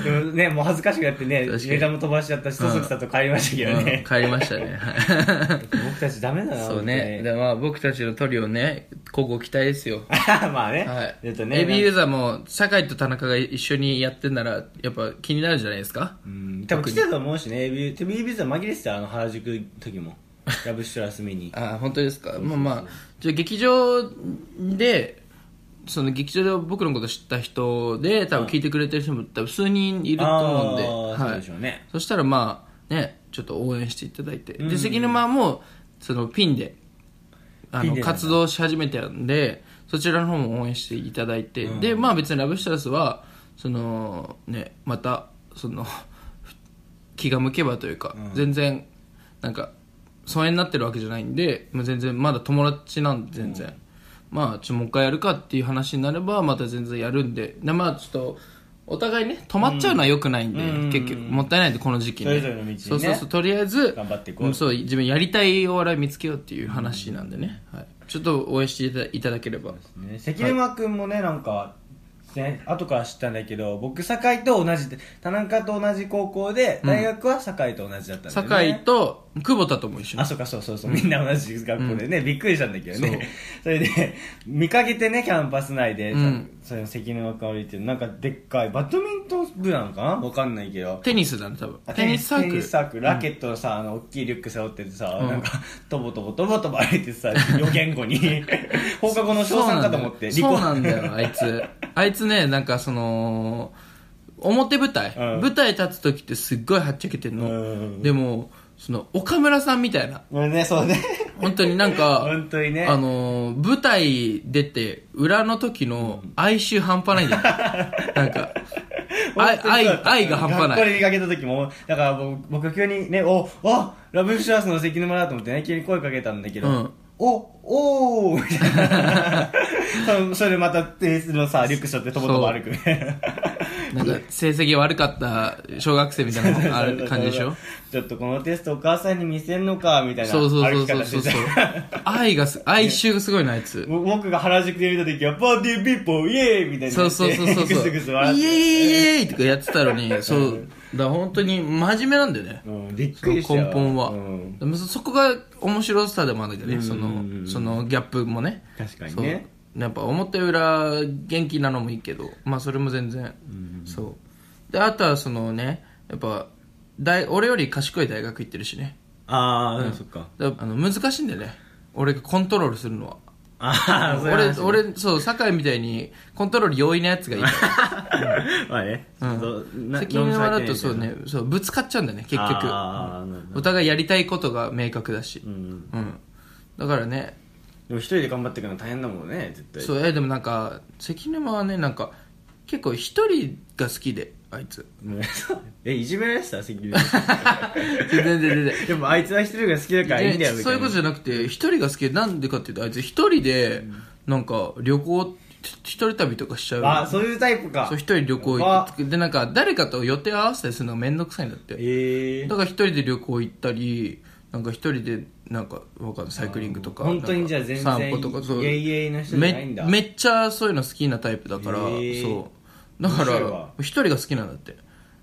Speaker 1: でもねもう恥ずかしくなってね
Speaker 2: 確かに
Speaker 1: 値段も飛ばしちゃったしそそくさと帰りましたけど
Speaker 2: うん
Speaker 1: ね、
Speaker 2: 帰りましたね。はい
Speaker 1: 僕たちダメだな
Speaker 2: そうね。
Speaker 1: 本
Speaker 2: で、まあ僕たちのトリオね、今後期待ですよ。
Speaker 1: 当ね まあね、
Speaker 2: はい。
Speaker 1: ちょっとね
Speaker 2: AB ユーザーも、酒井と田中が一緒にやってんなら、やっぱ気になるじゃないですか。
Speaker 1: うん多分来てたと思うしね AB でも AB さん紛れてたあの原宿の時 もラブシュラス見に
Speaker 2: ああ、本当ですか。まあまあ、じゃあ劇場で、その劇場で僕のこと知った人で、多分聞いてくれてる人も多分数人いると思うんで、
Speaker 1: あーそうでしょうね、
Speaker 2: そしたらまあねちょっと応援していただいて、で関沼もそのピンであ
Speaker 1: ピン
Speaker 2: の
Speaker 1: でなんだ
Speaker 2: 活動し始めてるんでそちらの方も応援していただいて、でまあ別にラブシトラスはそのねまたその 気が向けばというか、全然なんか疎遠になってるわけじゃないんでまあ全然まだ友達なんで全然、まあちょもう一回やるかっていう話になればまた全然やるんででまあちょっとお互いね止まっちゃうのは良くないんで、結局もったいないんでこの時期
Speaker 1: それぞれの道にね
Speaker 2: そうそうそうとりあえず
Speaker 1: 頑張っていこうん
Speaker 2: そう自分やりたいお笑い見つけようっていう話なんでね、はい、ちょっと応援していたいただければ
Speaker 1: ね関沼君もね、なんか、ね、後から知ったんだけど僕酒井と同じで田中と同じ高校で大学は酒井と同じだったんだよ
Speaker 2: 酒
Speaker 1: ね、
Speaker 2: 井と久保田とも一緒に
Speaker 1: あそうかそうそうそうみんな同じ学校でね、びっくりしたんだけどねそれで見かけてねキャンパス内で、
Speaker 2: ん
Speaker 1: その関沼君歩いてるなんかでっかいバドミントン部なのかなわかんないけど
Speaker 2: テニスだね多分テニスサーク
Speaker 1: テニ
Speaker 2: ル
Speaker 1: スサークルラケットのさ、あの大きいリュック背負っててさ、なんかとぼとぼとぼとぼ歩いてさ予言後に 放課後の小3かと思って
Speaker 2: そうな
Speaker 1: 離
Speaker 2: ん
Speaker 1: 婚
Speaker 2: だよそうなんだよあいつあいつねなんかその表舞台、
Speaker 1: うん
Speaker 2: 舞台立つ時ってすっごいはっちゃけてんの、
Speaker 1: うん
Speaker 2: でもその岡村さんみたいな
Speaker 1: うんね、そうね。
Speaker 2: 本当になんか
Speaker 1: 本当にね。
Speaker 2: あのー舞台出て裏の時の哀愁半端ない んだよなんか
Speaker 1: 本当に
Speaker 2: 愛
Speaker 1: そうだった
Speaker 2: 愛愛が半端ない
Speaker 1: 学校で見かけた時も、だから僕僕急にね、お、あラブシュラスの関沼だと思ってね、急に声かけたんだけど、
Speaker 2: うん
Speaker 1: お、おーみたい な。そのそれでまたテニスのさ、リュックショってとぼとぼ歩くみたいな。
Speaker 2: なんか成績悪かった小学生みたい なある感じで しょ
Speaker 1: ちょっとこのテストお母さんに見せんのか、みたいな
Speaker 2: そうそうそ
Speaker 1: 歩
Speaker 2: う
Speaker 1: き
Speaker 2: そう
Speaker 1: 方
Speaker 2: そう
Speaker 1: して
Speaker 2: そう
Speaker 1: た。
Speaker 2: 愛がす哀愁がすごいなあい つ
Speaker 1: 僕が原宿で見た時は、パーティーピーポー、イエーイみたいな。
Speaker 2: そうそうそうそう
Speaker 1: ぐ
Speaker 2: そう
Speaker 1: す
Speaker 2: イエ
Speaker 1: ぐす笑
Speaker 2: ー
Speaker 1: っ
Speaker 2: イイ
Speaker 1: て。
Speaker 2: エーイとかやってたのにそうだから本当に真面目なんだよね
Speaker 1: うん、びっ
Speaker 2: そ
Speaker 1: く
Speaker 2: の
Speaker 1: りしたよ
Speaker 2: 根本は、
Speaker 1: うん
Speaker 2: でもそそこが面白さでもあるんだけどねそ
Speaker 1: うん
Speaker 2: のそのギャップもね
Speaker 1: 確かに
Speaker 2: そう
Speaker 1: ね
Speaker 2: やっぱ表裏元気なのもいいけどまあそれも全然、そうであとはそのねやっぱ大俺より賢い大学行ってるしね
Speaker 1: ああ、そっか
Speaker 2: だあの難しいんだよね俺がコントロールするのは
Speaker 1: ああそれ
Speaker 2: 俺
Speaker 1: はそう
Speaker 2: 俺そう酒井みたいにコントロール容易なやつがいいから
Speaker 1: まあね
Speaker 2: うん、責任はだとそうねそうぶつかっちゃうんだよね結局
Speaker 1: あーなるほど
Speaker 2: お互いやりたいことが明確だし、
Speaker 1: う
Speaker 2: うん
Speaker 1: ん
Speaker 2: だからね
Speaker 1: でも一人で頑張っていくの大変だもんね絶対
Speaker 2: そうえでもなんか関沼はねなんか結構一人が好きであいつ
Speaker 1: ね えいじめられてた 責任
Speaker 2: 全然全然全然
Speaker 1: でもあいつは一人が好きだからいいんだよ
Speaker 2: で
Speaker 1: みた
Speaker 2: そうい
Speaker 1: いう
Speaker 2: こと
Speaker 1: な
Speaker 2: じゃなくて一人が好きでなんでかっていうとあいつ一人でなんか旅行一人旅とかしちゃう
Speaker 1: あそういうタイプか
Speaker 2: そう一人旅行行くでなんか誰かと予定合わせたりするのが面倒くさいんだって
Speaker 1: ええ
Speaker 2: だから一人で旅行行ったりなんか一人でなんかわかんないサイクリングとか
Speaker 1: 本当にじゃあ
Speaker 2: なん
Speaker 1: 全
Speaker 2: か
Speaker 1: 然
Speaker 2: 散歩とかそう
Speaker 1: イエイイエイの人じゃないんだ
Speaker 2: めめっちゃそういうの好きなタイプだから、
Speaker 1: へー
Speaker 2: そうだか
Speaker 1: 面白いわ
Speaker 2: ら一人が好きなんだって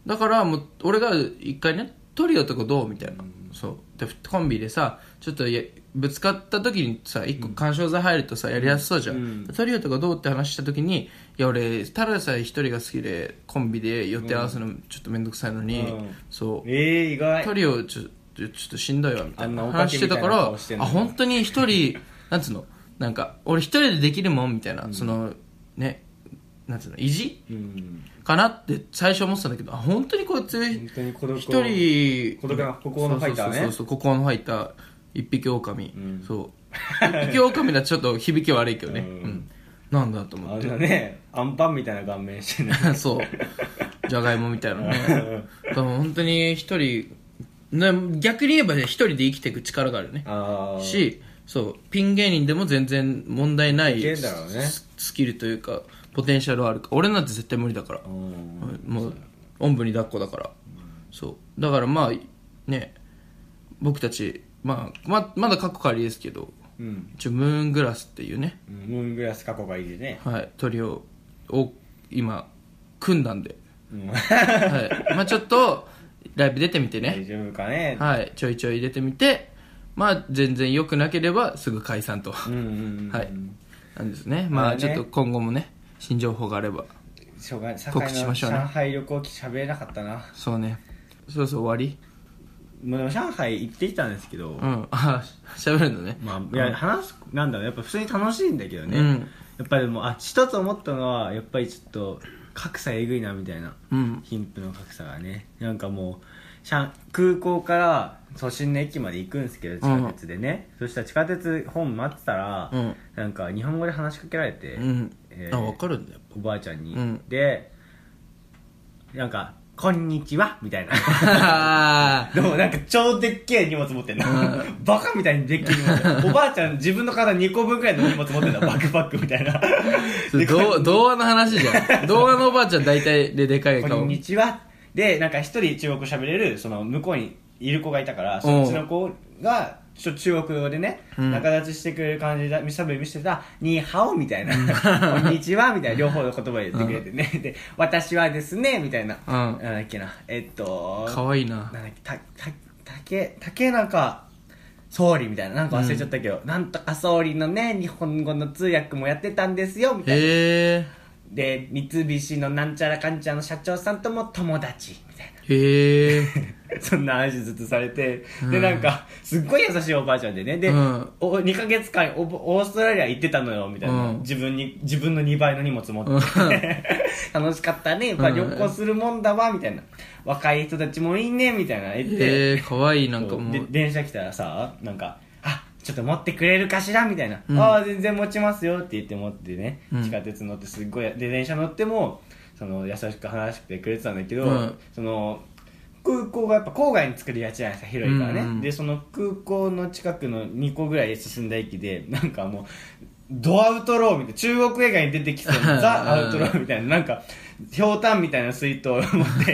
Speaker 2: だからもう俺が一回ねトリオとかどうみたいな、そうでコンビでさちょっとやぶつかった時にさ一個干渉剤入るとさやりやすそうじゃん、トリオとかどうって話した時にいや俺ただでさえ一人が好きでコンビで予定合わせるのちょっと面倒くさいのに、
Speaker 1: うん
Speaker 2: そう
Speaker 1: ええ意外
Speaker 2: トリオちょちょちょっとしんどいわみたい
Speaker 1: あ
Speaker 2: なん
Speaker 1: な
Speaker 2: 話してたか
Speaker 1: お化けみたいな
Speaker 2: ら
Speaker 1: 顔してん
Speaker 2: あ
Speaker 1: の
Speaker 2: 本当に 一人なんつうのなんか俺一人でできるもんみたいな、そのねなんつうの意地
Speaker 1: うん
Speaker 2: かなって最初思ってたんだけどあ本当にこいつ
Speaker 1: 本当に孤独を
Speaker 2: 一人
Speaker 1: 孤独な孤高のファイターね
Speaker 2: そうそうそうそう孤高のファイター一匹狼、そう一匹狼だとちょっと響き悪いけどね、う
Speaker 1: うんん
Speaker 2: なんだと思
Speaker 1: あ
Speaker 2: っ
Speaker 1: れだ
Speaker 2: て
Speaker 1: ねアンパンみたいな顔面して ね
Speaker 2: そうじゃがいもみたいな ねだから本当に一人ね逆に言えばね一人で生きていく力があるね
Speaker 1: ああ
Speaker 2: しそうピン芸人でも全然問題ない
Speaker 1: いけんだろうね
Speaker 2: ススキルというかポテンシャルはあるから俺なんて絶対無理だから
Speaker 1: うん
Speaker 2: もうおんぶに抱っこだから、そうだからまあね僕たち、まあ、ままだ過去仮ですけど
Speaker 1: うん
Speaker 2: 一応ムーングラスっていうね、
Speaker 1: うんムーングラス過去がいいでね
Speaker 2: はい、鳥をを今組んだんで、
Speaker 1: うん
Speaker 2: はいまあ、ちょっとライブ出てみてね、
Speaker 1: 大丈夫かね
Speaker 2: はい、ちょいちょい出てみて、まあ、全然良くなければすぐ解散と、
Speaker 1: うんうんうん
Speaker 2: はいなんですねま
Speaker 1: あ
Speaker 2: あ
Speaker 1: れ
Speaker 2: ち
Speaker 1: ね
Speaker 2: ょっと今後もね新情報があれば
Speaker 1: しょうがない
Speaker 2: 告知しましょうね
Speaker 1: 上海旅行しゃべれなかったな
Speaker 2: そうねそろそろ終わり
Speaker 1: もうでも上海行ってきたんですけど、
Speaker 2: うんあしゃべるのね
Speaker 1: まあ、いや話すなんだろうやっぱ普通に楽しいんだけどね、
Speaker 2: うん
Speaker 1: やっぱりでもあ一つ思ったのはやっぱりちょっと格差えぐいなみたいな
Speaker 2: うん
Speaker 1: 貧富の格差がねなんかもう上空港から都心の駅まで行くんですけど地下鉄でね、そしたら地下鉄本待ってたら、
Speaker 2: うん
Speaker 1: なんか日本語で話しかけられて、
Speaker 2: うん、
Speaker 1: え
Speaker 2: あ
Speaker 1: ー
Speaker 2: 分かるんだよ
Speaker 1: おばあちゃんに、
Speaker 2: うん
Speaker 1: でなんか「こんにちは」みたいな
Speaker 2: あ
Speaker 1: でもなんか超でっけえ荷物持ってんな、バカみたいにでっけえ荷物おばあちゃん自分の体2個分くらいの荷物持ってんだバックパックみたいな
Speaker 2: ーどう童話の話じゃん童話のおばあちゃん大体ででかい
Speaker 1: こ
Speaker 2: 顔
Speaker 1: んにちは。で、なんか一人中国語喋れる、その向こうにいる子がいたから、そっちの子が、ちょ中国語でね、
Speaker 2: ん
Speaker 1: 仲立ちしてくれる感じだ、見さぶり見せてた、にーはおみたいな、こんにちはみたいな、両方の言葉で言ってくれてね、で、私はですね、みたいな、
Speaker 2: うん
Speaker 1: なんだっけな、えっと、
Speaker 2: かわいいな
Speaker 1: なんだっけ、た、た、竹、竹なんか、総理みたいな、なんか忘れちゃったけど、なんとか総理のね、日本語の通訳もやってたんですよ、みたいな。
Speaker 2: へ
Speaker 1: で三菱のなんちゃらかんちゃらの社長さんとも友達みたい
Speaker 2: えへえ
Speaker 1: な そんな話ずっとされて、でなんかすっごい優しいおばあちゃんでねで、
Speaker 2: うん
Speaker 1: お2か月間おオーストラリア行ってたのよみたいな、
Speaker 2: うん
Speaker 1: 自分に自分の2倍の荷物持って、 楽しかったねやっぱ旅行するもんだわみたいな若い人たちもいいねみたいな言って、
Speaker 2: へえかわいいなんかも
Speaker 1: で
Speaker 2: う
Speaker 1: 電車来たらさなんか「あちょっと持ってくれるかしら」みたいな「ああ全然持ちますよ」って言って持ってね、
Speaker 2: うん
Speaker 1: 地下鉄乗ってすっごいで電車乗ってもその優しく話してくれてたんだけど、
Speaker 2: うん
Speaker 1: その空港がやっぱ郊外に作りがちじゃないですか広いからね、
Speaker 2: うんうん
Speaker 1: でその空港の近くの2個ぐらい進んだ駅でなんかもうドアウトローみたいな中国映画に出てきそう なザ・アウトローみたいななんかひょうたんみたいな水筒を持って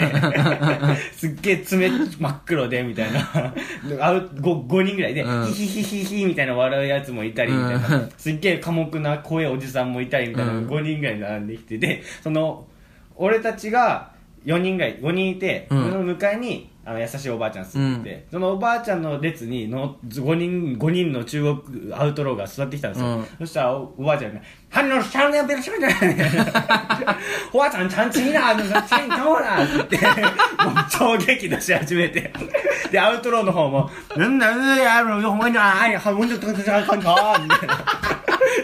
Speaker 1: すっげえ爪真っ黒でみたいなアウ 5, 人ぐらいで、
Speaker 2: うん
Speaker 1: ヒヒヒヒヒみたいな笑うやつもいたりみたいな、
Speaker 2: うん
Speaker 1: すっげえ寡黙な怖いおじさんもいたりみたいな、
Speaker 2: うん
Speaker 1: 5人ぐらい並んできてでその俺たちが4人ぐらい5人いて、
Speaker 2: うん
Speaker 1: その向かいにあの優しいおばあちゃん住んでて、そのおばあちゃんの列にの5人五人の中国アウトローが座ってきたんですよ、
Speaker 2: うん
Speaker 1: そしたらおおばあちゃんが「反応しちゃうねべろしゃべゃね」 おばあちゃんちゃんちいなあのちゃんちいどうな」って言ってもう超激怒し始めてでアウトローの方も「なんだうやろほんまにあいはもうちょっとちゃんかんか」みたいな。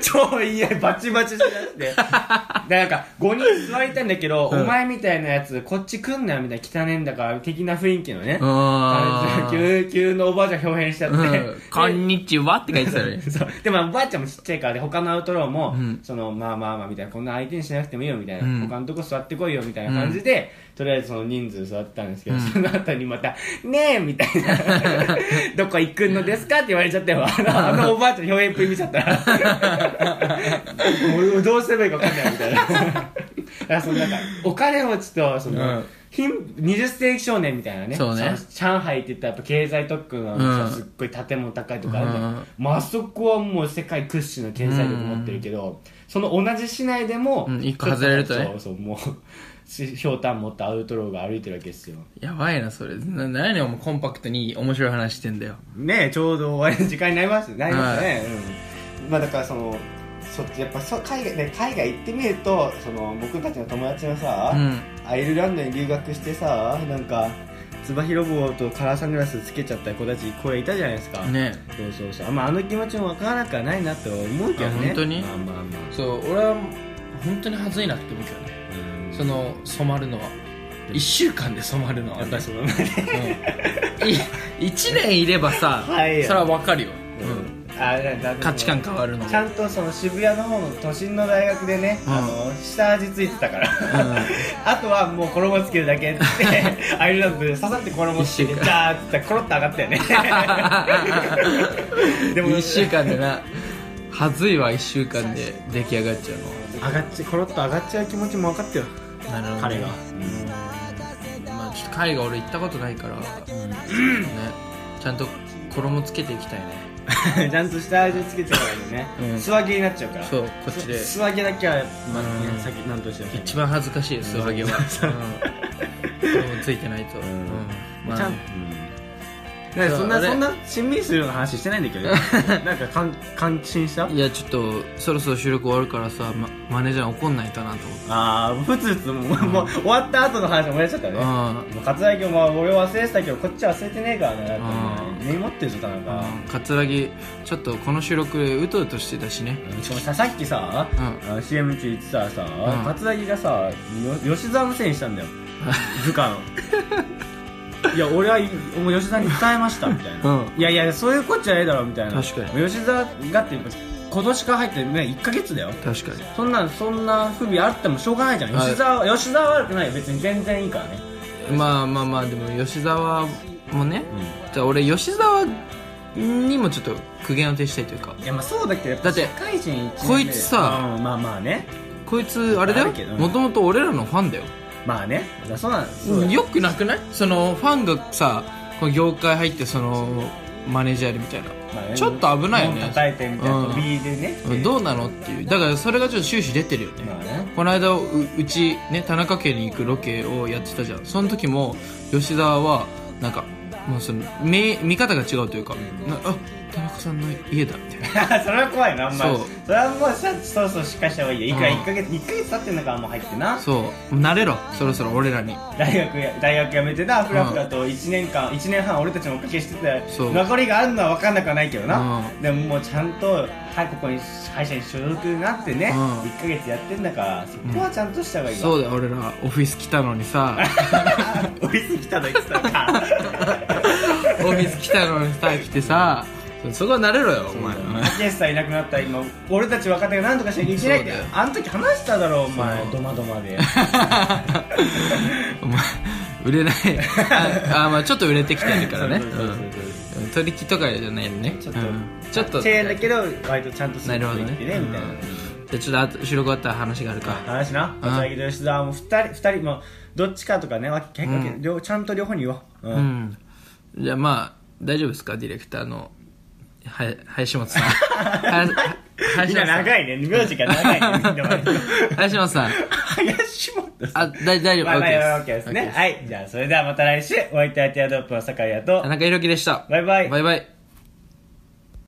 Speaker 1: 超いいやバチバチしだしてでなんか5人座りたいんだけど、
Speaker 2: うん
Speaker 1: お前みたいなやつこっち来んなよみたいな汚ねえんだから的な雰囲気のね
Speaker 2: あー
Speaker 1: 急急のおばあちゃん表変しちゃって、
Speaker 2: うんこんにちはって書いてたね
Speaker 1: そうでもおばあちゃんもちっちゃいからで他のアウトローも、
Speaker 2: ん
Speaker 1: そのまあまあまあみたいなこんな相手にしなくてもいいよみたいな、
Speaker 2: うん
Speaker 1: 他のとこ座ってこいよみたいな感じで、とりあえずその人数座ったんですけど、その後にまた「ねえ」みたいな 「どこ行くのですか?」って言われちゃったよあのあのおばあちゃん表現プ見ちゃった らもうどうすればいいか分かんないみたいなだからそのなんかお金持ちとその、
Speaker 2: うん
Speaker 1: 貧20世紀少年みたいなね
Speaker 2: そうね
Speaker 1: 上海って言ったらやっぱ経済特区な
Speaker 2: うん
Speaker 1: んですよ、すっごい建物高いとかあるじゃん
Speaker 2: うん
Speaker 1: まああそこはもう世界屈指の経済力持ってるけど、その同じ市内でも、
Speaker 2: うん一個外れるとね
Speaker 1: そうそうもうしひょうたん持ったアウトローが歩いてるわけですよ
Speaker 2: やばいなそれな何やねんお前コンパクトに面白い話してんだよ
Speaker 1: ねえちょうど終わりの時間になりますなりましたね、うんまあだからそのそっちやっぱそ海外ね海外行ってみるとその僕たちの友達のさ、
Speaker 2: うん
Speaker 1: アイルランドに留学してさなんかつばひろぼうとカラーサングラスつけちゃった子たちこれいたじゃないですか、
Speaker 2: ね
Speaker 1: そうそうそう、まあ、あの気持ちもわからなくはないなと思うけどね
Speaker 2: あ本当に
Speaker 1: まあまあまあ
Speaker 2: そう俺は本当に恥ずいなって思うけどねその染まるのは1週間で染まるのは
Speaker 1: やっぱりその
Speaker 2: 1年いればさ、
Speaker 1: はいよ
Speaker 2: それは分かるよ、うん
Speaker 1: あだだ
Speaker 2: 価値観変わるの
Speaker 1: ちゃんとその渋谷の方の都心の大学でね、
Speaker 2: うん
Speaker 1: あの下味ついてたから、
Speaker 2: ん
Speaker 1: あとはもう衣つけるだ けってアイルランドで刺さって衣つけて
Speaker 2: 一週間
Speaker 1: じゃーってコロッと上がった よねでも
Speaker 2: 1週間でな恥ずいわ1週間で出来上がっちゃう
Speaker 1: 上がっちコロッと上がっちゃう気持ちも分かってよ
Speaker 2: のなるほど
Speaker 1: 彼が、
Speaker 2: まあ、ちょっと海外俺行ったことないから、ね、ちゃんと衣つけていきたいね
Speaker 1: ちゃんと下味つけてからね、
Speaker 2: うん
Speaker 1: 素揚げになっちゃうから
Speaker 2: そうこっちで
Speaker 1: 素揚げだけは、まあ
Speaker 2: うん
Speaker 1: さっき何としても
Speaker 2: 一番恥ずかしいよ素揚げは、うん、衣ついてないと、うん
Speaker 1: ん
Speaker 2: まあ
Speaker 1: ちゃん、
Speaker 2: ん
Speaker 1: なんかそんな
Speaker 2: そう
Speaker 1: そんなしんみりするような話してないんだけ どなんか感感心した
Speaker 2: いやちょっとそろそろ収録終わるからさ、ま、マネージャー怒んないかなと思って
Speaker 1: ああふつふつもうもう終わった後の話思い出しちゃったね
Speaker 2: あ
Speaker 1: もう桂木も俺忘れてたけどこっちは忘れてねえからね
Speaker 2: あー
Speaker 1: 根に持ってるぞ田中
Speaker 2: あ桂木ちょっとこの収録うとうとしてたしね
Speaker 1: しかもささっきさ、
Speaker 2: うん
Speaker 1: あの CM 中言ってたらさ、
Speaker 2: ん
Speaker 1: 桂木がさよ吉沢のせいにしたん だよ部下のいや俺はもう吉沢に伝えましたみたいな、
Speaker 2: うん
Speaker 1: いやいやそういうこっちゃねえだろみたいな
Speaker 2: 確かに
Speaker 1: 吉沢がって今年から入ってね1ヶ月だよ
Speaker 2: 確かに
Speaker 1: そんなそんな不備あってもしょうがないじゃん
Speaker 2: はい
Speaker 1: 吉沢は吉沢は悪くないよ別に全然いいからね
Speaker 2: まあまあまあでも吉沢もね、じゃあ俺吉沢にもちょっと苦言を呈したいというか
Speaker 1: いやまあそうだけどやっ
Speaker 2: だ
Speaker 1: ぱ
Speaker 2: って
Speaker 1: 社会人一年で
Speaker 2: こいつさ
Speaker 1: うんまあまあね
Speaker 2: こいつあれだ
Speaker 1: あ
Speaker 2: よ
Speaker 1: るけど
Speaker 2: もともと俺らのファンだよ
Speaker 1: まあねだそうなんですそうだ
Speaker 2: よくなくないそのファンがさこの業界入ってそのマネージャーみたいな、
Speaker 1: まあね
Speaker 2: ちょっと危ないよ
Speaker 1: 門
Speaker 2: ね
Speaker 1: 叩いてみたいな
Speaker 2: うん
Speaker 1: B でね
Speaker 2: どうなのっていうだからそれがちょっと終始出てるよね、
Speaker 1: まあね
Speaker 2: この間ううちね田中家に行くロケをやってたじゃんその時も吉沢はなんかもうその見見方が違うというか、なあ田中さんの家だみたい
Speaker 1: それは怖いなあんまり
Speaker 2: そう
Speaker 1: それはもうさそろそろしっかりした方がいいよいくら
Speaker 2: うん
Speaker 1: 1ヶ月1ヶ月経ってんのかあんま入って
Speaker 2: な
Speaker 1: な
Speaker 2: そう慣れろそろそろ俺らに
Speaker 1: 大学や大学辞めてなフラフラと1年間1年半俺たちもおかけしてて
Speaker 2: そう
Speaker 1: 残りがあるのは分かんなくはないけどな
Speaker 2: う
Speaker 1: でももうちゃんとはいここに会社に所属になってね
Speaker 2: うん
Speaker 1: 1ヶ月やってんだからそこはちゃんとした方がいいわ
Speaker 2: そうだよ俺らオフィス来たのにさ
Speaker 1: 追いすぎたの言ってたか
Speaker 2: オフィス来たのにさ来てさそそこは慣れろよお前
Speaker 1: ゲスさんいなくなった今俺たち若手が何とかしなきゃいけないって
Speaker 2: そうだよ
Speaker 1: あの時話しただろお前
Speaker 2: そう
Speaker 1: ドマドマ で
Speaker 2: お前 売れないああまあちょっと売れてきてるからね
Speaker 1: そうそうそうそう
Speaker 2: うん取引とかじゃないよね
Speaker 1: ちょっと
Speaker 2: うんちょっと
Speaker 1: チェーンだけど割とちゃんとす
Speaker 2: な
Speaker 1: る
Speaker 2: る
Speaker 1: こ
Speaker 2: ほ
Speaker 1: と
Speaker 2: ど
Speaker 1: 言って
Speaker 2: ね
Speaker 1: ねみたいな
Speaker 2: じゃあちょっとあと収録終わったら話があるか
Speaker 1: 話な
Speaker 2: うん
Speaker 1: 佐々木と吉沢も2人二人もどっちかとかねわけ結
Speaker 2: う
Speaker 1: 構両ちゃんと両方に言おううん
Speaker 2: うんじゃあまあ大丈夫ですかディレクターのは林 本さんは
Speaker 1: み
Speaker 2: 林
Speaker 1: んな
Speaker 2: 本さん
Speaker 1: 長いね名字が長いねみんな割と
Speaker 2: 林本さん
Speaker 1: 林本
Speaker 2: あ大大丈夫
Speaker 1: まあまあ
Speaker 2: OK
Speaker 1: オッケー
Speaker 2: で
Speaker 1: ですすね
Speaker 2: OK です
Speaker 1: はいじゃあそれではまた来週お相手はティアドロップの酒屋と
Speaker 2: 田中裕樹でした
Speaker 1: バイバイ
Speaker 2: バイバイ